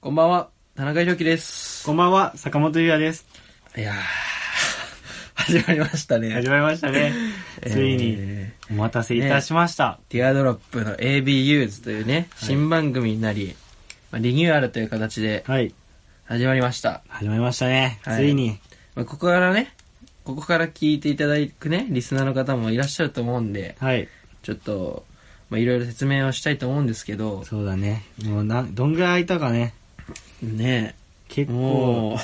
こんばんは、田中裕樹です。こんばんは、坂本優也です。いやー、 始まりましたね。始まりましたね。 えーついに、お待たせいたしました。ティアドロップの ABUs というね、新番組になり、まあ、リニューアルという形ではい。始まりました。始まりましたね。はいついに。まあ、ここからね、ここから聞いていただくね、リスナーの方もいらっしゃると思うんで、はい。ちょっと、まあ、いろいろ説明をしたいと思うんですけど、そうだね。もうな、どんぐらい空いたかね。ね結構。もう、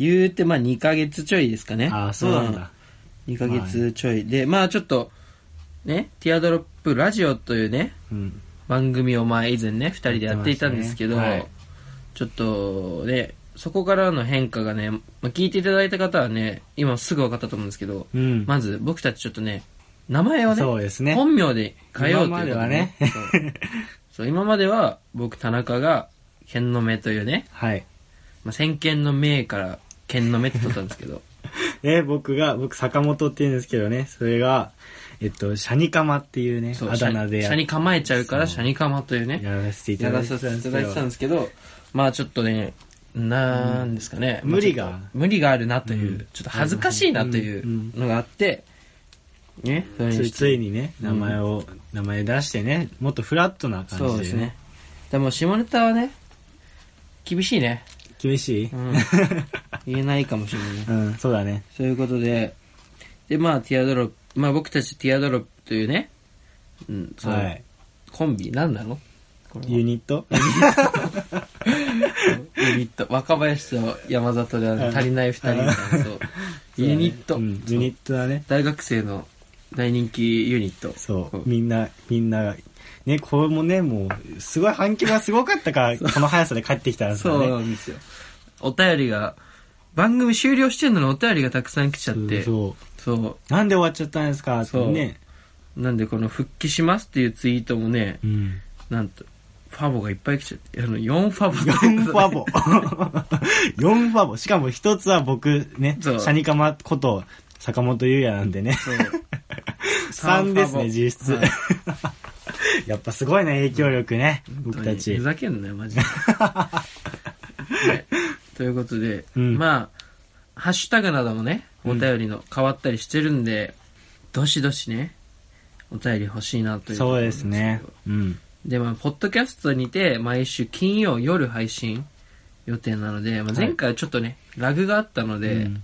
言うて、まあ、2ヶ月ちょいですかね。ああ、そうなんだ。うん。2ヶ月ちょい。で、まあ、ちょっと、ね、ティアドロップラジオというね、うん。番組を前以前ね、2人でやっていたんですけど、やってましたねちょっとね、そこからの変化がね、まあ、聞いていただいた方はね、今すぐ分かったと思うんですけど、うん。まず僕たちちょっとね、名前をね、そうですね本名で変えようということで、今そうそう今までは僕、田中が、剣の目というね、 はい。まあ、先見の明から剣の目って取ったんですけど、で、僕が、僕、坂本って言うんですけどね、それが、えっと、シャニカマっていうね、そう あだ名でシやャニ構えちゃうから、そうシャニカマというね、やらせていやただらいてたさせんてでいすたけだいてたんどで、すけど、まあちょっとね、なんですかね。うん無理がまあちょっと無理があるなという、うんちょっと恥ずかしいなというんうんうのがあって、ね、それにつしいてついにね、名前を、名前出してね、もっとフラットな感じで、そうですね。でも下ネタはね、厳しいね。厳しい、うん、 言えないかもしれないね。 うん、そうだね。そういうことで、で、まあティアドロップ、まあ僕たちティアドロップというね、うん、そのはい。コンビ、なんなのこれはユニットユニット。若林と山里ではね足りない二人みたいな、 そう。ユニット。うんユニットだね。大学生の大人気ユニット。そう。んみんな、みんなが。ね、これもね、もう、すごい反響がすごかったから、この速さで帰ってきたんですそようね。なんですよ。お便りが、番組終了してんのにお便りがたくさん来ちゃって。そう。そうなんで終わっちゃったんですかってね。なんでこの復帰しますっていうツイートもね、うん。なんと、ファボがいっぱい来ちゃって。あの、4ファボというこ4とでファボ。4ファボ。しかも一つは僕ね、シそうャニカマこと坂本優也なんでね。そう。 3ですね、実質。はい やっぱすごいね、影響力ね。僕本た当にちふ。ざけんなよ、 マジで。はいということで、うんまあ、ハッシュタグなどもね、お便りの変わったりしてるんで、どしどしね、お便り欲しいなというとこそろうなんでけすどね。うん。で、まあ、ポッドキャストにて、毎週金曜夜配信予定なので、まあ、前回はちょっとね、ラグがあったので、うん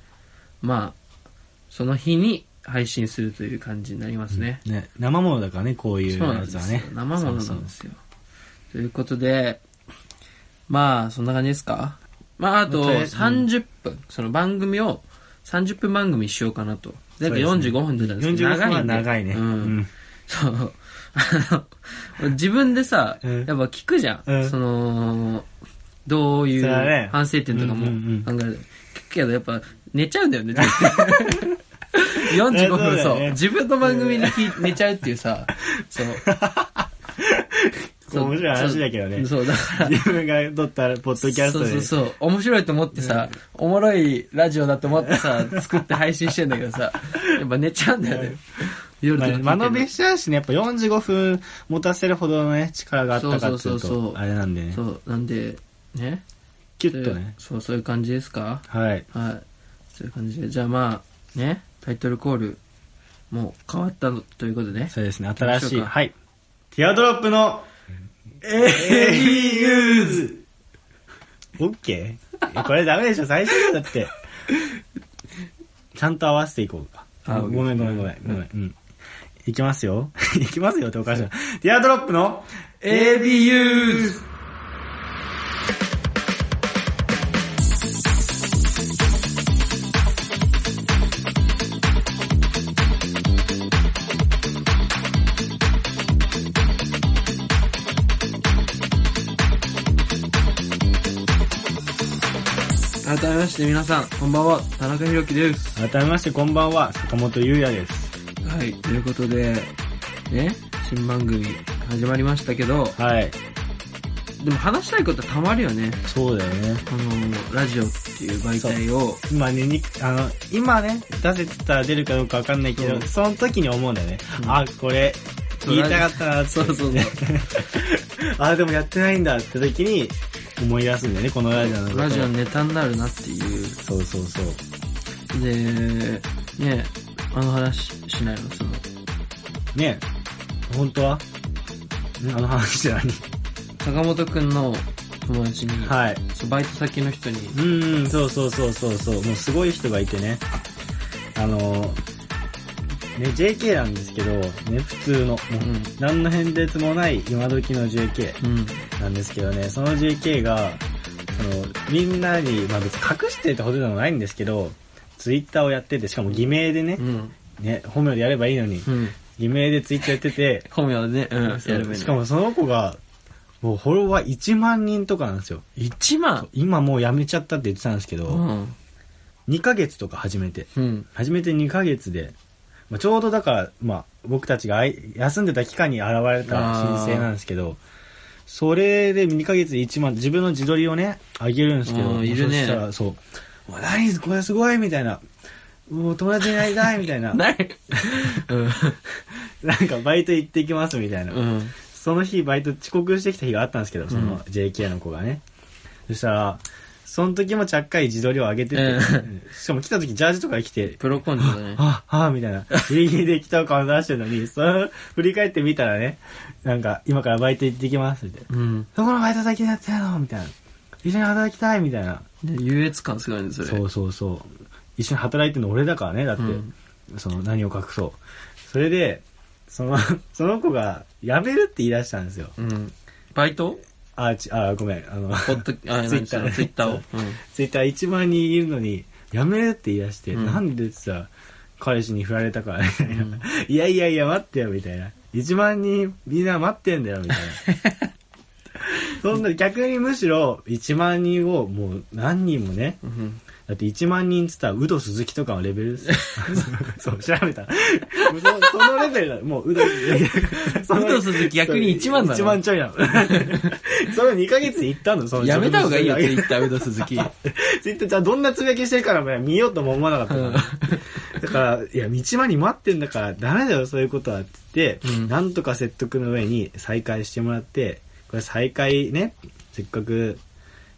まあ、その日に配信するという感じになりますね。ね、生ものだからね、こういうそうなんやですつよはね。生ものなんですそようそうということでまあそんな感じですかまああととりあえずうん30分、その番組を30分番組しようかなと前回そうです45ね分出たんですけど、 45分はんで長いね。ううんん。そうあの自分でさ、うんやっぱ聞くじゃん、うんそのどういそうだうね反省点とかもうんうんう考んえる聞くけどやっぱ寝ちゃうんだよ ね45そうだ分ねそう自分の番組に聞い寝ちゃうっていうさそう こう面白い話だけどね。そう、だから。自分が撮ったポッドキャストそうで。そうそう。面白いと思ってさ、おもろいラジオだと思って さ、作って配信してんだけどさ、やっぱ寝ちゃうんだよね。夜まとあか聞いてる間延びしちゃうしね、やっぱ45分持たせるほどのね、力があったかってそういうそうそうと、あれなんでねそ。う、なんで、ね。キュッとね。そう、そういう感じですかはい。はい。そういう感じで。じゃあまあ、ね、タイトルコール、もう変わったということでね。そうですね、新し行きましょい。うかはい。ティアドロップの、エリユーズオッケーこれダメでしょ、最初のだって。ちゃんと合わせていこうか。あごめんごめんごめん。ごめん。うん。いきますよ。 いきますよっておかしいな。ティアドロップの、 ABUs! 改めまして皆さん、こんばんは、田中裕樹です。改めましてこんばんは、坂本優也です。はい、ということで、ね、新番組始まりましたけど、はい。でも話したいことたまるよね。そうだよね。あの、ラジオっていう媒体を、今ね、にあの、今ね、出せっつったら出るかどうかわかんないけど、そその時に思うんだよね。うんあ、これ、そう言いたかったなって。そうそうそうあ、でもやってないんだって時に、思い出すんだよね、このラジオのこと。ラジオのネタになるなっていう。そうそうそう。で、ねあの話しないのその、ねえ、本当はねあの話じゃない。坂本くんの友達に、はい。そうバイト先の人に、うーん、そうそうそうそうそう。もうすごい人がいてね。あのね、JK なんですけど、ね、普通の、もううん、何の変哲もない今時の JK うん、なんですけどね、その JK が、あの、みんなに、まあ別に隠してたほどでもないんですけど、ツイッターをやってて、しかも偽名でねう、ん、ね、本名でやればいいのにう、ん。偽名でツイッターやってて、本名でね、うん、 やればいいのしかもその子が、もうフォロワー1万人とかなんですよ。 1万今もうやめちゃったって言ってたんですけど、うん、 2ヶ月とか始めて。うん、始めて2ヶ月で、まあ、ちょうどだから、まあ、僕たちがあい休んでた期間に現れた申請なんですけど、それで2ヶ月で1万、自分の自撮りをね、あげるんですけうど、んいるねそしたら、そう、うわ何これすごいみたいな、もう友達になりたいみたい な、な ないうん、んかバイト行ってきますみたいな。うん、その日バイト遅刻してきた日があったんですけど、その JK の子がね。そしたら、その時もちゃっかり自撮りを上げてて、うんしかも来た時ジャージとか着て、プロ根性だ ね。あ、あ、みたいな。ギリギリで来た顔出してるのに、その、振り返ってみたらね、なんか、今からバイト行ってきます、みたいな。うん。どこのバイト先でやってるのみたいな。一緒に働きたい、みたいな。で優越感すごいね、それ。そうそうそう。一緒に働いてるの俺だからね、だって。うんその、何を隠そう。それで、その、その子が、辞めるって言い出したんですよ。うん。バイトあ、ち、あ、ごめん。あの、ポッド、あ、ツイッタ何そーのツイッターを。ツイッター1万人いるのに、やめるって言い出して、うんなんでってさ、彼氏に振られたから、みたいな。うんいやいやいや、待ってよ、みたいな。1万人みんな待ってんだよ、みたいな。 そんな、逆にむしろ、1万人をもう何人もね、うん。うん。だって1万人っつったら、ウド鈴木とかのレベルです よそう、調べた。そそのレベルだ。もう、ウド鈴 木。ウド鈴木逆に1万なの1万ちょいな の。その2ヶ月で行ったの、そのやめた方がいいよ、ツ自イ分のッター、ウド鈴木。ツイッターじゃあどんなつぶやきしてるからね見ようとも思わなかったから。だから、いや、道間に待ってんだから、ダメだよ、そういうことはって言って、うんなんとか説得の上に再開してもらって、これ再開ね、せっかく、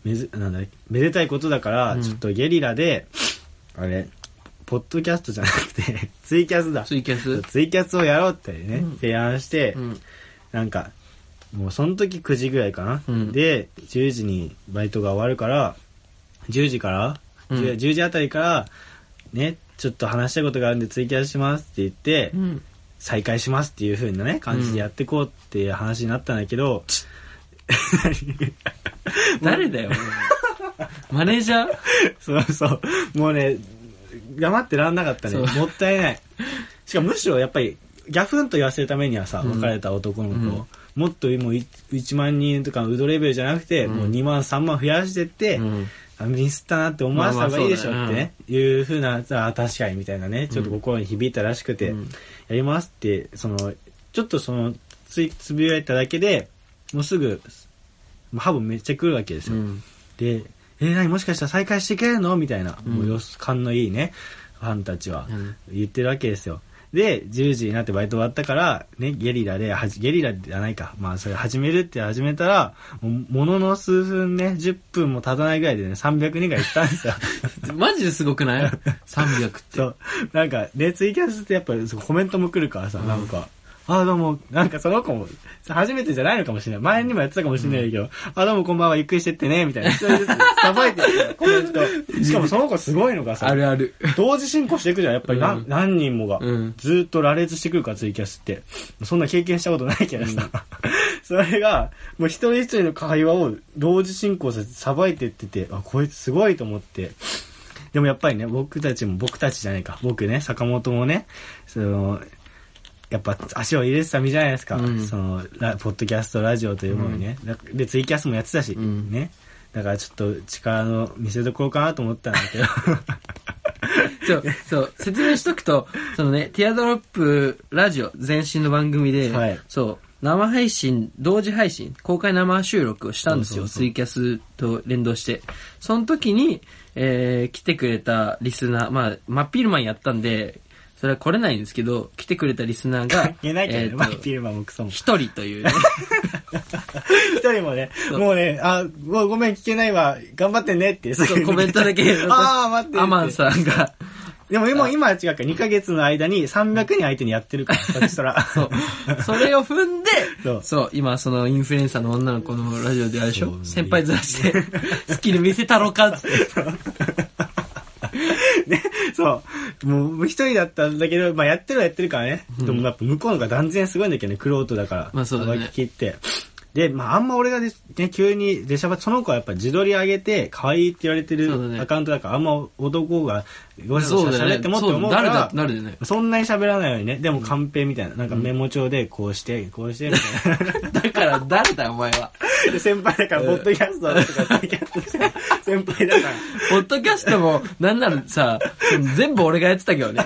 めず、なんだ、めでたいことだから、うんちょっとゲリラで、あれ、ポッドキャストじゃなくて、ツイキャス だ。ツイキャスツイキャスをやろうってね、うん提案して、うん。なんか、もうその時9時ぐらいかな。うんで、10時にバイトが終わるから、10時から、うん 10, 10時あたりから、ね、ちょっと話したいことがあるんでツイキャスしますって言って、うん。再開しますっていう風なね、感じでやってこうっていう話になったんだけど、誰だよ、 マネージャーそうそう、もうね、黙ってらんなかったね。そうもったいない。しかもむしろやっぱり、ギャフンと言わせるためにはさ、うん別れた男の子を、うんもっともう1万人とかのウドレベルじゃなくて、うんもう2万、3万増やしてって、ん。あミスったなって思わせた方がいいでしょってね、まあまあそうだねいうふうなあ確かにみたいなねちょっと心に響いたらしくて、うんやりますってそのちょっとそのついつぶやいただけでもうすぐもうハブめっちゃ来るわけですうよ、ん。で「えー、何もしかしたら再開してくれるの?」みたいな、うんもう予感のいいねファンたちはうん言ってるわけですよで10時になってバイト終わったから、ね、ゲリラではじゲリラじゃないかまあそれ始めるって始めたらもうものの数分ね10分も経たないぐらいでね300人がいったんですよマジですごくない ?300 って。そうなんかねツイキャスってやっぱりそうコメントも来るからさ、うんなんかああ、どうも。なんかその子も、初めてじゃないのかもしれない。前にもやってたかもしれないけど、ああ、どうもこんばんは、ゆっくりしてってね、みた いな。一人ずつさばいてるコメント。しかもその子すごいのがさ、あるある。同時進行していくじゃんやっぱり何,、うん何人もが、うんずーっと羅列してくるからツイキャスってそんな経験したことないけどさ、 それがもう一人一人の会話を同時進行させてさばいてっててあこいつすごいと思ってでもやっぱりね僕たちも僕たちじゃないか僕ね坂本もねそのやっぱ足を入れてた身じゃないですか、うんそのラポッドキャストラジオというものにね、だでツイキャスもやってたし、うんねだからちょっと力の見せどころかなと思ったんだ けどそう、そう、説明しとくと、そのね、ティアドロップラジオ前身の番組で、はいそう、生配信、同時配信、公開生収録をしたんですよ。そうそうそうツイキャスと連動して。その時に、えー、来てくれたリスナー、まあ、真っ昼間にやったんで、それは来れないんですけど、来てくれたリスナーが、いけないけどね、えーマとイピルマンもクソも。一人と いうね、一人もね、そうもうね、あ、ごごめん聞けないわ、頑張ってねって、そういうコメントだけ ああ、待って。アマンさんが、でも今、今は違うから、2ヶ月の間に300人相手にやってるから、私そら。 そう。それを踏んで、そそうう、今、そのインフルエンサーの女の子のラジオであれでしそょう先輩ずらして、 スキル見せたろかっつって。ね、そう。もう、一人だったんだけど、まあ、やってるはやってるからね。でも、やっぱ向こうのが断然すごいんだけどね、クロートだから。まあそうだね思いっきり切って。で、まあ、あんま俺がね、ね急に出しゃばって、その子はやっぱ自撮り上げて、可愛いって言われてそうだねるアカウントだから、あんま男が、ごしゃごしゃ喋ってもってそう思うか誰だらって、なるでね。そんなに喋らないようにね、でもカンペみたいな、なんかメモ帳で、こう して、こうして、みたいな。だから誰だお前は。で先輩だから、ポッドキャストとか、ポッドキャストして 先輩だから。ポッドキャストも、なんならさ、全部俺がやってたけどね。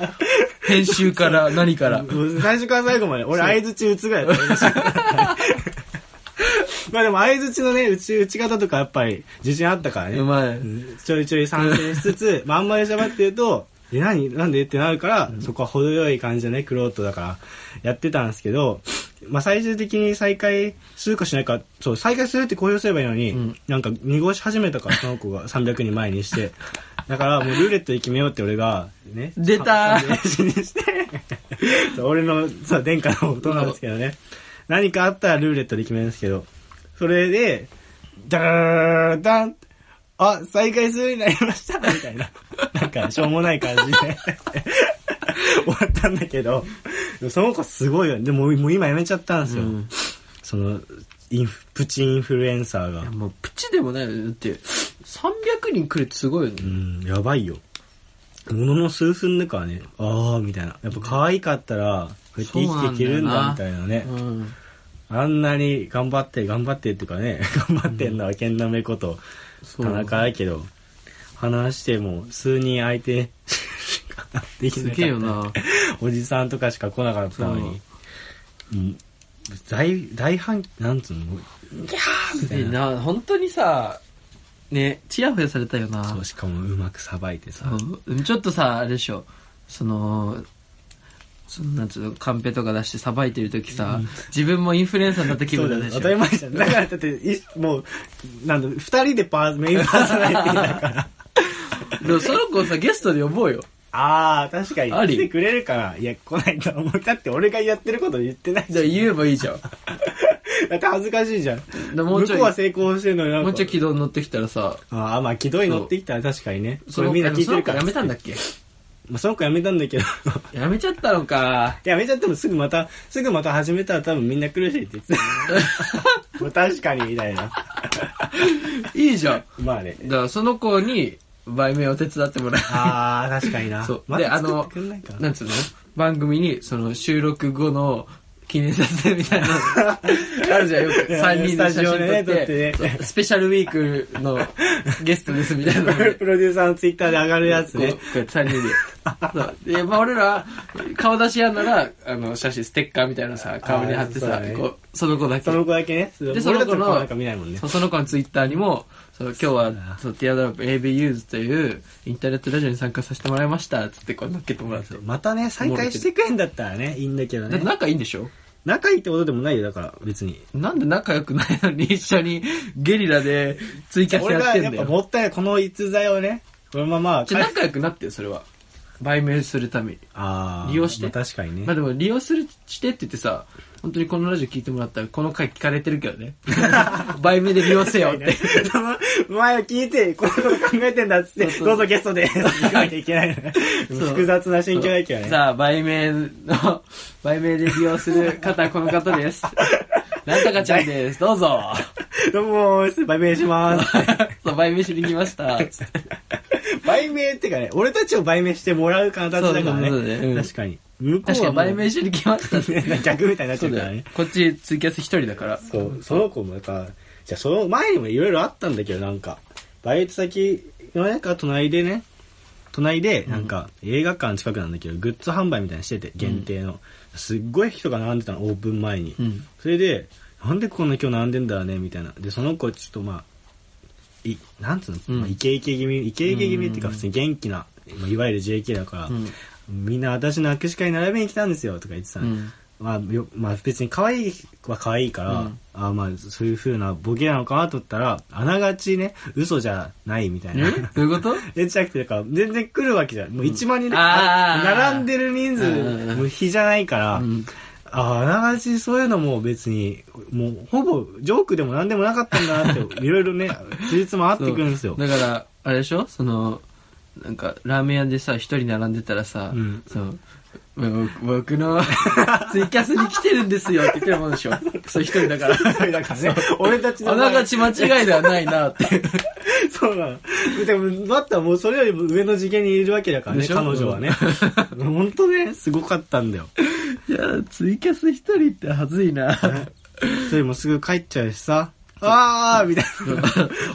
編集から何から。最初から最後まで、俺、相づち打つぐらいだ った。まあでも、相づちのね、打ち、打ち方とかやっぱり自信あったからうね。まい。ちょいちょい参戦しつつ、まああんまり喋ってると、え、何なんでってなるから、そこは程よい感じでね、クロートだから、やってたんですけど、まあ最終的に再開するかしないか、そう、再開するって公表すればいいのに、んなんか濁し始めたから、その子が300人前にして。だから、もうルーレットで決めようって俺が、ね。出たー300にして、そう俺の、そう、殿下の音なんですけどね。何かあったらルーレットで決めるんですけど、それで、ダラーダンあ、再開するようになりましたみたいな。なんか、しょうもない感じで。終わったんだけど、でもその子すごいよね。でも、もう今やめちゃったんですよ。うんその、インフプチインフルエンサーがいや。もうプチでもないよね。だって、300人来るってすごいようね。ん、やばいよ。ものの数分だからね、あーみたいな。やっぱ可愛かったら、こうやって生きていけるんだみたいなねう。ん。あんなに頑張って頑張ってっていうかね、頑張ってんのはけんなめこと、そ田う中だけど、話しても数人相手しかできすなげえよかっな。た。おじさんとかしか来なかったのに、うん大、大反、なんつうの、ギャーみたでいな。な本当にさねチヤホヤされたよなそう、しかもうまくさばいてさ。うんちょっとさあれでしょそのそのなんつうのカンペとか出してさばいてる時さ、自分もインフルエンサーになった気そう分だだねでしょ当たり前じゃん。だからだって、いもう、なんだ、二人でパー、メインパーソナリティだから。でもその子さゲストで呼ぼうよあー、確かに。あり来てくれるから。いや、来ないと思う。だって俺がやってること言ってないじじゃあ言えばいいじゃんゃん。だって恥ずかしいじゃん。でもう向ちこょいうは成功してるのになんか。もうちょい軌道に乗ってきたらさああ、まあ、軌道に乗ってきたら確かにね。そそれのみんな聞いてるから。その子やめたんだっけまあ、その子やめたんだけど。 やめちゃったのかやめちゃってもすぐまた、すぐまた始めたら多分みんな苦しいって言って た。もう確かに、みたいな。いいじゃんまあね。だからその子に売名を手伝ってもらうああ、確かにな。そうまでだあ作っのてくんないかな。なんつうの番組にその収録後の記念撮影みた いなのあるじゃんよくいや3人で写真撮って,、スタジオでね撮ってねそうスペシャルウィークのゲストですみたいなの プロでプロデューサーのツイッターで上がるやつねこ。うやって3人で。そうで、まあ俺ら、顔出しやんなら、あの、写真、ステッカーみたいなのさ、顔に貼ってさ、あーそうだねこう、その子だけそ。の子だけね。でで、その子俺だったらの、なんか見ないもんねそ。うその子のツイッターにも、その今日は、そのティアドロップ AB ユーズというインターネットラジオに参加させてもらいました、つってこう乗っけてもらって。またね、再会してくれんだったらね、いいんだけどだってね。仲いいんでしょ仲いいってことでもないよ、だから、別に。なんで仲良くないのに一緒に ゲリラでツイキャス俺やっがてやんっだぱよ。もったいない、この逸材をね、このままじゃあ仲良くなってよ、それは。売名するために。あー利用してまあ確かにね。まあでも利用するしてって言ってさ、本当にこのラジオ聞いてもらったらこの回聞かれてるけどね。 売名で利用せよ って。お前は聞いて、こういうこと考えてんだっつっそうて、そうどうぞゲスト で、行かなきゃいけないのね。そう複雑な心境だけどね。さあ、売名の、 売名で利用する方はこの方 です。なんとかちゃんです。どうぞ。どうもー、売名します。そう、売名しに来ま した。つって売名ってかね、俺たちを売名してもらう形だからね。そうだねそうだねうん確かに。向こ確うかはにもう売名しに来ましたって。逆みたい になっちそゃううかだらよね。。こっちツイキャス一人だから。そう、その子もやっぱ、じゃあその前にもいろいろあったんだけど、なんか、バイト先のなんか隣でね、隣で、なんか、映画館近くなんだけど、グッズ販売みたいにしてて、限定の。すっごい人が並んでたの、オープン前に。うんそれで、なんでこんな今日並んでんだろうね、みたいな。で、その子、ちょっとまあ、い、なんつうの、うんまあイケイケ気味、イケイケ気味っていうか、うん普通に元気な、まあいわゆる JK だから、うんみんな私の握手会並びに来たんですよとか言ってたうの、ん。まあよまあ、別に可愛いは可愛いから、うんあまあそういう風なボケなのかなと思ったらあながちね嘘じゃないみたいえな。どういうこと え、じゃなくて、だから、全然来るわけじゃん。もう一番にね、うんあー並んでる人う数、ん無比じゃないから、うんああ、あながちそういうのも別に、もうほぼジョークでも何でもなかったんだなって、い ろいろね、つじつま合ってくるんですよ。そうだから、あれでしょその、なんか、ラーメン屋でさ、一人並んでたらさ、うんそう、ま僕僕の ツイキャスに来てるんですよって言ってるもんでしょそう、一人だ から。 だからね、俺たちあながち間違いではないなって。 そうなの。でも、だったらもうそれよりも上の次元にいるわけだからね、でしょ彼女はね。 本当ね、すごかったんだよ。 いや、ツイキャス一人ってはずいな。それもすぐ帰っちゃうしさ、あーみたい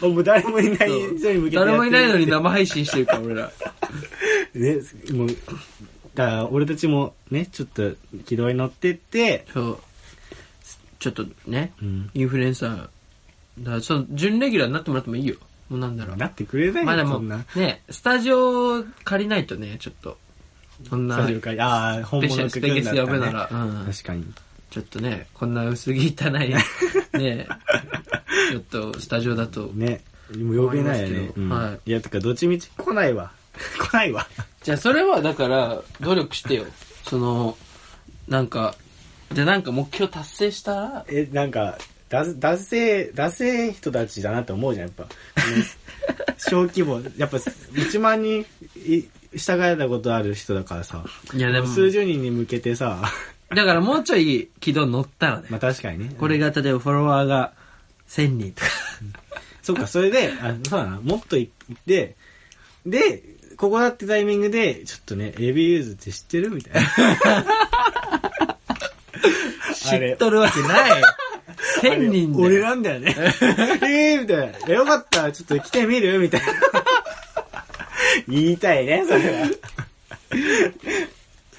な。もう誰もいない人に向けてやってる。誰もいないのに生配信してるから、俺ら。ね、もう、だから俺たちもね、ちょっと軌道に乗ってって、そう。ちょっとね、うんインフルエンサー、だからその、準レギュラーになってもらってもいいよ。もうなんだろう。なってくれない よ、まあでそもんな。、ね、スタジオ借りないとね、ちょっと、そんな、最初からああ、本ペシャ物ルスペゲス呼ぶなら、うん確かに。ちょっとね、こんな薄汚 い、ね、ちょっとスタジオだと。ね。もう呼べないよ思います。ねけうどんはいや、とか、どっちみち来ないわ。来ないわ。じゃあそれはだから、努力してよ。その、なんか、じゃあなんか目標達成したら、え、なんか、だ、だせ、だせえ人たちだなって思うじゃん、やっぱ。この小規模、やっぱ、1万人い従えたことある人だからさ、いやでも、数十人に向け てさ、だからもうちょい軌道乗ったらねま。あ確かにね。これが例えばフォロワーが1000人とか。そっか、それで、あそうだな、もっといって、で、ここだってタイミングで、ちょっとね、エビユーズって知ってるみたいな。知っとるわけない。1000人で。俺なんだよ ね。えーみたいな。えよかったら、ちょっと来てみるみた いな。言いたいね、それは。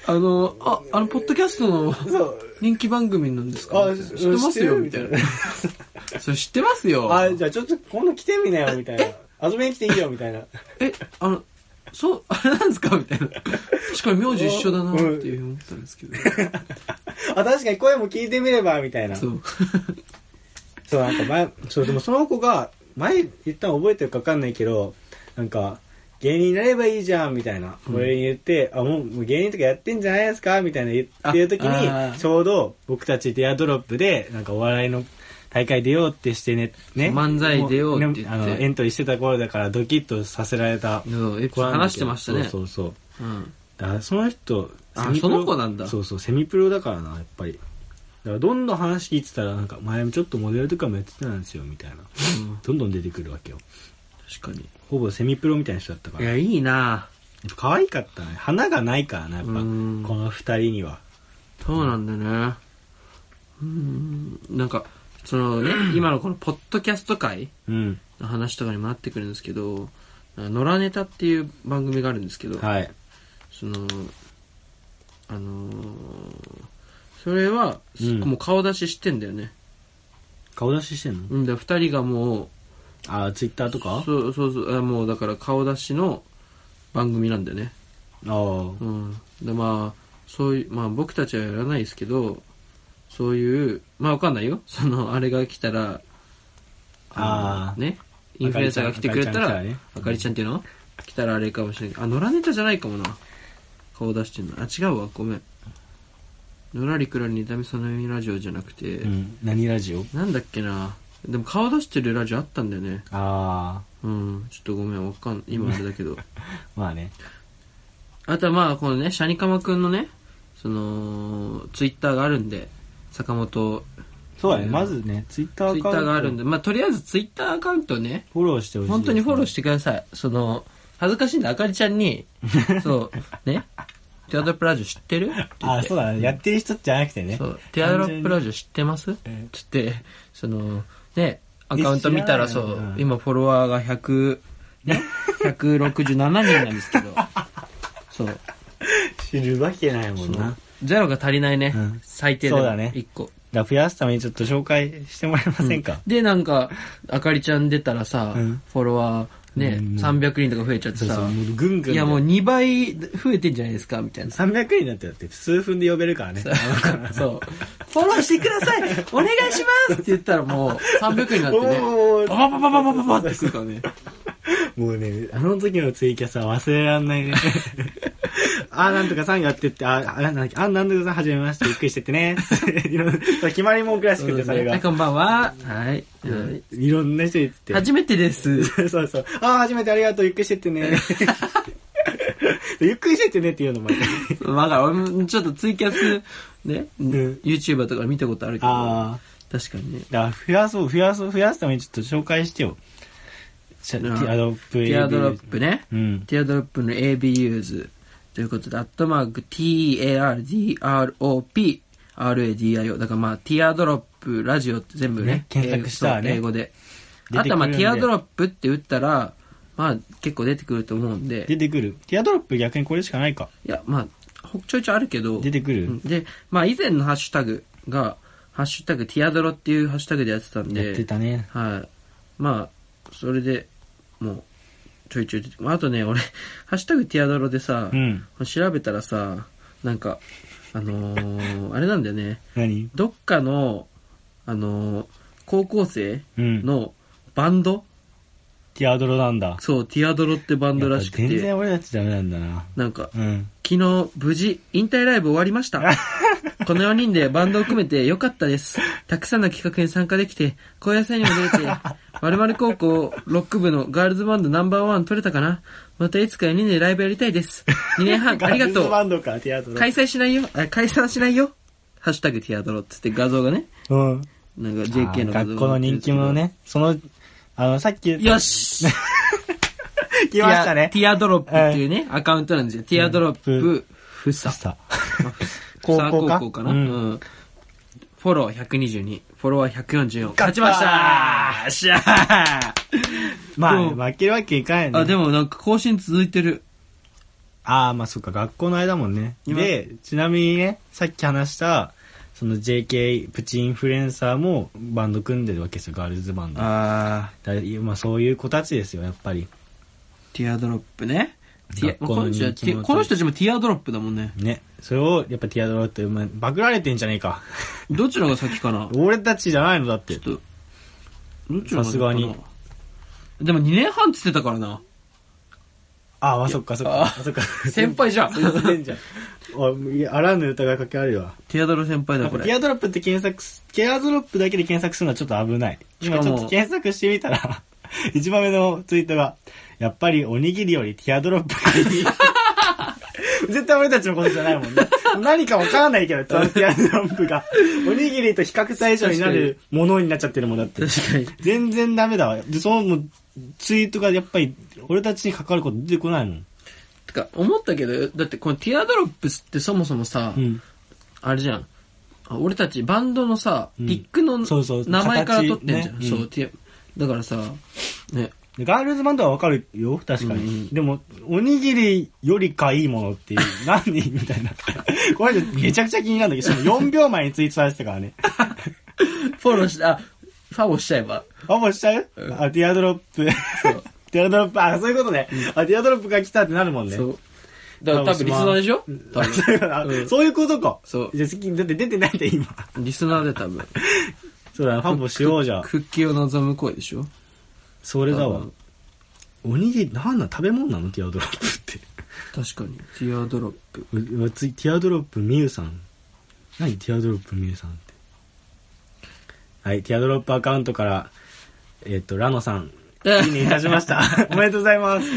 あの、あ、あの、ポッドキャストのそう。人気番組なんですかあ、みたいな知ってますよみたいな。それ知ってますよ。あ、じゃあちょっと今度来てみなよ、みたいな。遊びに来ていいよ、みた いな。え、あの、そう、あれなんですかみたいな。確かに名字一緒だなっていう思ったんですけど。あ、確かに声も聞いてみれば、みたいな。そう。そう、なんか前、そう、でもその子が、前言ったの覚えてるかわかんないけど、なんか、芸人になればいいじゃん、みたいな、俺に言って、あ、もうもう芸人とかやってんじゃないですかみたいな言あってる時あーに、ちょうど僕たちデアドロップで、なんかお笑いの大会出ようってしてね、ね。漫才出ようって言ってねあの、エントリーしてた頃だからドキッとさせられたうんエピ子なんだけど話してましたねそうそうそう。うん。だからその人あセミプそロの子なんだそうそうセミプロだからなやっぱりだからどんどん話聞いてたらなんか前もちょっとモデルとかもやってたんですよみたいなうんどんどん出てくるわけよ確かに。ほぼセミプロみたいな人だったかいらや、いいな可愛かったね花がないからなやっぱうこんの二人にはそうなんだね。うん。なんか、その ね、今のこのポッドキャスト界うんの話とかにもなってくるんですけど、野良ネタっていう番組があるんですけど、はいその、あのーそれは、うんもう顔出ししてんだよね。顔出ししてんのうん、だから二人がもう、あツイッターとかあそうそうそうあもうだから顔出しの番組なんだよねあーうんでまあそういうまあ僕たちはやらないですけどそういうまあわかんないよ そのあれが来たらあーねインフルエンサーが来てくれたらあかりちゃん来たらねあかりちゃんっていうの来たらあれかもしれないけどあ野良ネタじゃないかもな顔出してんのあ違うわごめん野良りくらに痛みそのみラジオじゃなくて、うん何ラジオなんだっけなでも顔出してるラジオあったんだよねあうんちょっとごめんわかん今あれだけどあまあねあとはまあ、このね、シャニカマくんのね、その、ツイッターがあるんで、坂本、そうだねうんまずねツイッターツイッアカウンタトーがあるんで、まあとりあえずツイッターアカウントをね、フォローしてほしい本当にフォローしててください。その、恥ずかしいんで、あかりちゃん に、そう、ね、テアドラップラジオ知ってるって言あっーてそうだねやってる人じゃなくてねそう、テアドラップラジオ知ってますえつって、その、ね、アカウント見たら知そらないうよう、ん今フォロワーが100、ね、167人なんです けど、そう。知るわけないもんな。ゼロが足りないね。うん最低でもそうだね1個。だから増やすためにちょっと紹介してもらえませんか、で、なんか、あかりちゃん出たらさ、うんフォロワーね、うん300人とか増えちゃってそうそうさ、もうぐんぐんいやもう2倍増えてんじゃないですかみたいな。 300人なんてだって数分で呼べるからねそう。フォローしてくださいお願いしますって言ったらもう300人になってね。おーババババババババってくるからね。もうねあの時のツイキャスは忘れらん ないねあーなんとかさんやってってあーあなんだっけあーなんとかさん始めましてゆっくりしてってね いろんな決まりもんくらしくてそれはがい、こんばんは。はい。うんいろんな人言ってて初めてです。そうそう。ああ、初めてありがとう。ゆっくりしてって ね。ゆっくりしてってねって言うのもある。 わかる。俺もちょっとツイキャス、ね、YouTuber とか見たことあるけど、ああ。確かにね。だから増やそう、増やそう、増やすためにちょっと紹介してよ。シャテうんィアドロップテ ABU ィアドロップね。うん。ティアドロップの ABUs ということで、アットマーク TARDROP RADIO。だからまあ、ティアドロップラジオって全部ねね、検索したらね英語で。出あてくるんでとはまあ、ティアドロップって打ったら、まあ、結構出てくると思うんで、出てくる。ティアドロップ逆にこれしかないか。いや、まあ、ほちょいちょいあるけど、出てくるうんで、まあ、以前のハッシュタグが、ハッシュタグ、ティアドロっていうハッシュタグでやってたんで、やってたね。はい。まあ、それでもう、ちょいちょい出てあとね、俺、 ハッシュタグティアドロでさ、うん。調べたらさ、なんか、あのーあれなんだよね、何どっかの、あのー高校生うん。のバンド、ティアドロなんだ。そう、ティアドロってバンドらしくやっぱ全て、然俺たちダメなんだな。なんか、うん。昨日無事引退ライブ終わりました。 この4人でバンドを組めてよかったです。たくさんの企画に参加できて、高野菜にも出れ て、〇〇高校ロック部のガールズバンドナンバーワン取れたかなまたいつか4人でライブやりたいです。2年半ありがガールズバとンドか、ティアドう。ロ。開催しないよ。あ解散しないよ。ハッシュタグティアドロっつって画像がね。うん。なんか JK のあー画像が学校の人気者。ね。その、あの、さっき言ったよし 来ましたねテ。ィアティアドロップっていうね、アカウントなんですよ。ティアドロップ、ふさ。さ 高校高校高か校かな、ううんんフォロー122、フォロワー144。勝勝ちちままししたたーしゃー まあでもね、負けるわけいかんよね。あ、でもなんか更新続いてる。ああ、まあそっか、学校の間もんね。今で、ちなみにね、さっき話した、その JK プチインフルエンサーもバンド組んでるわけですよ、ガールズバンド。だあまあそういう子たちですよ、やっぱり。ティアドロップね。ティア学校のこの人たち人気者この人たちもティアドロップだもんね。ね。それを、やっぱティアドロって、まあバグられてんじゃねえか。 どっちの方が先かな俺たちじゃないのだっちてょっ。と、どっちの方が先かなさすがに。でも2年半つってたからな。ああ、まあそっかそっか。ああそっか。先輩じゃん。 全然じゃん。あもういやあらぬ疑いかけあるよ。ティアドロ先輩だ、こティれ。アドロップって検索す、ティアドロップだけで検索するのはちょっと危ない。今しちかょもっと検索してみたら、 一番目のツイートが、やっぱりおにぎりよりティアドロップがいい。 絶対俺たちのことじゃないもんね。何かわからないけど、そのティアドロップが。おにぎりと比較対象になるものになっちゃってるもんだって。確かに。全然ダメだわ。で、そのもうツイートがやっぱり、俺たちに関わること出てこないもん。てか、思ったけど、だってこのティアドロップスってそもそもさ、うん。あれじゃん。あ俺たちバンドのさ、うんピックのそうそう名前から取ってんじゃん。形ねそうう、んティアだからさ、ね、でガールズバンドはわかるよ、確かに。うんうんでも、おにぎりよりかいいものっていう、 何みたいな。 これめちゃくちゃ気になるんだけど、しかも4秒前にツイートされてたからね。フォローし、あ、ファボしちゃえば。あ、もうしちゃう、うんあ、ティアドロップ。そう。 ティアドロップ、あ、そういうことね。あ、ティアドロップが来たってなるもんね。そう。だから多分リスナーでしょ多 そういうことあ分。そういうことか。そうじゃあ次だって出てないんだよ、今。うん。リスナーで多分。そうだな、ファンボしようじゃん。復帰を望む声でしょそれだ多わ分。おにぎり、なんなん食べ物なのティアドロップって。確かに。ティアドロップ。うわついティアドロップみゆさん何ティアドロップみゆさんってはいティアドロップアカウントからえっ、とラノさんいいねいたしました おめでとうございます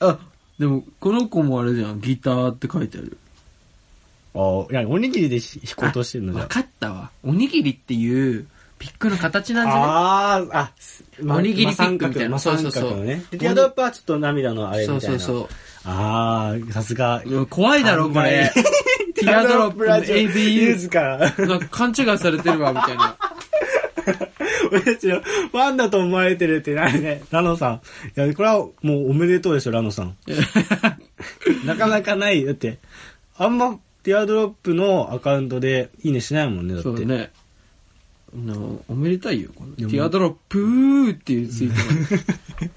あ、でも、この子もあれじゃん。ギターって書いてある。おいやおにぎりでひ弾こうとしてるのじゃわかったわ。おにぎりっていう、ピックの形なんじゃないあーあすまおにぎりピックみたいなま三角ま三角のねそうそうそうでティアドロップはちょっと涙のあれみたそいうなそうそう。ああさすがいや怖いだろ、これ。ティアドロップのラジオユー ABU ズからなんか勘違いされてるわ、みたい な。俺たちのファンだと思われてるってなるね。ラノさん。いや、これはもうおめでとうでしょ、ラノさん。なかなかない。だって、あんまティアドロップのアカウントでいいねしないもんね、だそっうて。だね。なおめでたいよ、この。テやィアドロップーっていうツイー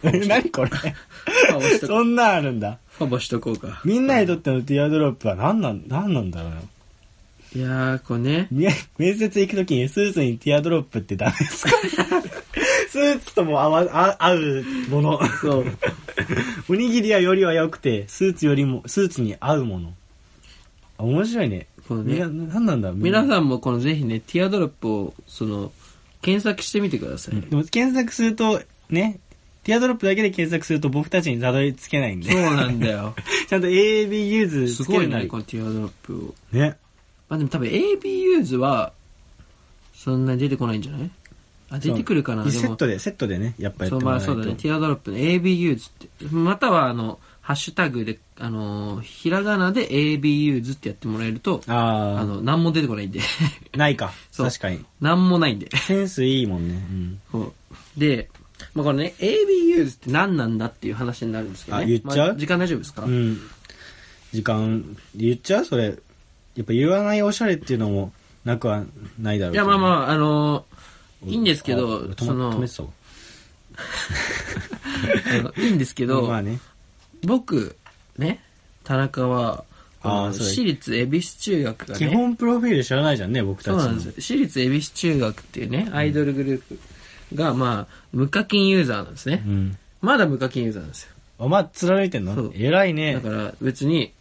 え 何これトの ファボしとこう。そんなんあるんだ。ファボしとこうか。みんなにとってのティアドロップは何なん、何なんだろうな。いやー、こうね。み面接行くときにスーツにティアドロップってダメですか スーツとも合わあ合うもの。そう。おにぎりはよりは良くて、スーツよりも、スーツに合うもの。あ面白いね。このねみな何なんだろう皆ん。さんもこのぜひね、ティアドロップを、その、検索してみてください。でも検索すると、ね、ティアドロップだけで検索すると僕たちにたどり着けないんそうで。なんだよ。 ちゃんと AB ユーズすつけごるいなね、りこ。のティアドロップを。ね。まあでも多分 AB ユーズは、そんなに出てこないんじゃないあ、出てくるかなそうでセもットで、セットでね、やっぱやそっう、てもまらあわそないと。うだね。ティアドロップの AB ユーズって。または、あの、ハッシュタグで、あのー、ひらがなで AB ユーズってやってもらえると、ああーの、何も出てこないんで。 ないか。そう確かに。何もないんで。センスいいもんね。うんこうで、まあこのね、AB ユーズって何なんだっていう話になるんですけどね。あ言っちゃうまあ時間大丈夫ですか、うん。時間、言っちゃうそれ。やっぱ言わないおしゃれっていうのもなくはないだろういけどや、ねまあまあ、あのーういいんですけあど、そ止まの止めてたわあの いいんですけど、まあね。僕、ね、田中は、あーあのそう私立恵比寿中学がね、基本プロフィール知らないじゃんね、僕たそちうの。なんですよ。私立恵比寿中学っていうね、アイドルグループが、まあ、無課金ユーザーなんですね。うん。まだ無課金ユーザーなんですよ。お前貫いてんそのう偉いだねか。ら別に、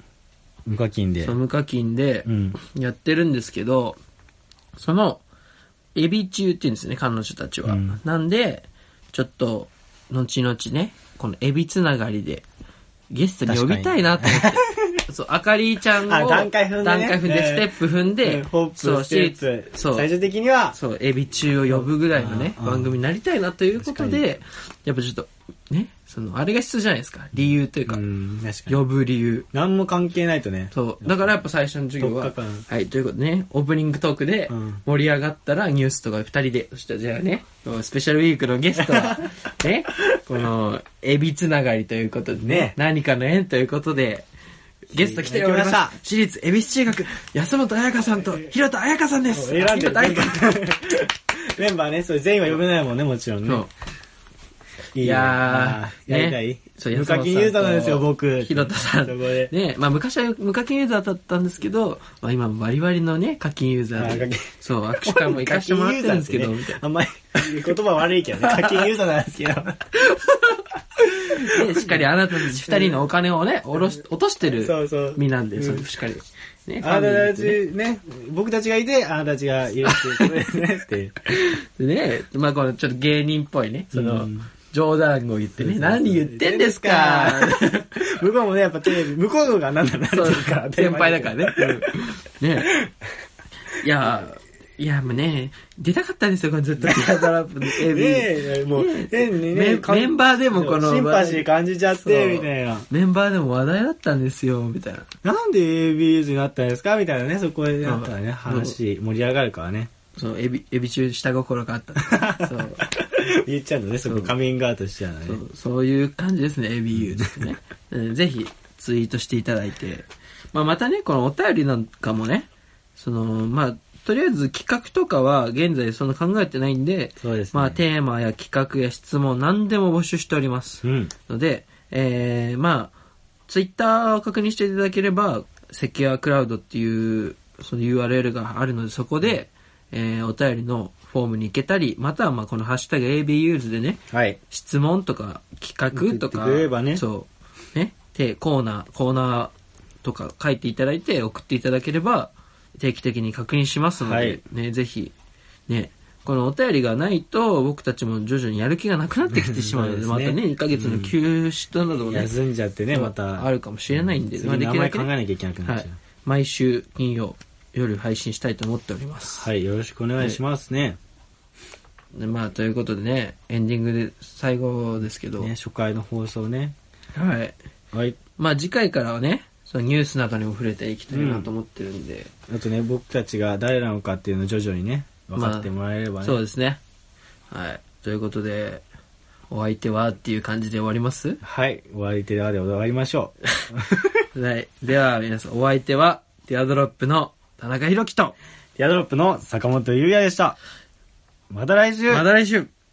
無課金でそ。の無課金でうん。やってるんですけど、その、エビ中って言うんですね、彼女たちは。うんなんで、ちょっと、後々ね、このエビつながりで、ゲストに呼びたいなと思って。そう、あかりちゃんを、あ段階踏んでね段階踏んでえーステップ踏んで、うんホップ、そう、ステップ。そう、最終的には、そう、エビ中を呼ぶぐらいのね、うん番組になりたいなということで、やっぱちょっと、ね、その、あれが必要じゃないですか。理由といううか、ん、確かに。呼ぶ理由。何も関係ないとね。そう。だからやっぱ最初の授業どはっかから、はい、ということでね、オープニングトークでうん、盛り上がったらニュースとか二人で、そしたらじゃあね、スペシャルウィークのゲスト は、ね、この、エビつながりということでねね、何かの縁ということで、ゲスト来ておりま来ていただきまししたた。私立恵比寿中学、安本彩香さんと、広田彩香さんです。選んで広る田彩香 メンバーね、それ全員は呼べないもんね、もちろんそう ね。。いいやいー、ややりたいそう無課金ユーザーなんですよ、僕。ひろたさんそこで。ね、まあ昔は無課金ユーザーだったんですけど、まあ今バリバリのね、課金ユーザあー課で金。そう、握手会も行かしてもらってるんですけど、課金みユたーザいーってねあんまり言葉悪いけど ね、課金ユーザーなんですけど。な。で、しっかりあなたたち二人のお金をね、おろし、落としてるそうそう身なんで、うんそうしっかり。ね、あなたたファンちね、僕たちがいて、あなたたちがいるっていうことですね、っていう。にでね、まあこのちょっと芸人っぽいね、その、冗談を言ってね、何言ってんですか向こうもね、やっぱテレビ、向こうの方がなんだなんてそういうか、先輩だからね。ねいや、いや、もうね、出たかったんですよ、このずっと。ティアドラップの AV。ねえ、もう、変にメねン、メンバーでもこのシンパシー感じちゃっそうて、みたいな。メンバーでも話題だったんですよ、みたいな。なんで ABS になったんですかみたいなね、そこでやったらうね、ん話盛り上がるからね。そのエビ、エビ中下心があったんで そう。言っちゃうのね、そそこうカミングアウトしちゃうのそね。うそういう感じですね、ABU です ね。うんぜひ、ツイートしていただいて。まあ、またね、このお便りなんかもね、その、まあ、とりあえず企画とかは現在そんな考えてないんで、そうですねまあ、テーマや企画や質問何でも募集しております。うん。ので、えー、まあ、ツイッターを確認していただければ、セキュアクラウドっていう、その URL があるので、そこで、えー、お便りのフォームに行けたり、または、まあ、このハッシュタグ ABUs でね、はい。質問とか企画とか、送ってくれればねそう。ね。で、コーナー、コーナーとか書いていただいて送っていただければ、定期的に確認しますので、はいね、ぜひ、ね、このお便りがないと、僕たちも徐々にやる気がなくなってきてしまうので、 そまうたですね、ね2ヶ月の休止となどもね、休んじゃってね、また。あるかもしれないんで、次まあでき名るだ前け考えねなきゃいけなくなはっいちゃう。。毎週金曜夜配信したいと思っております。はい、よろしくお願いしますね。でまあ、ということでね、エンディングで最後ですけど、ね初回の放送ね。はい。はい。まあ次回からはね、そのニュースなどにも触れていきたいなと思ってるんで、あとね、僕たちが誰なのかっていうのを徐々にね、分かってもらえればね。そうですね。はい。ということで、お相手はっていう感じで終わります はい、終わり手で終わりましょう。はい。では皆さん、お相手は、ティアドロップの田中宏樹と、ヤドロップの坂本優也でした。また来週また来週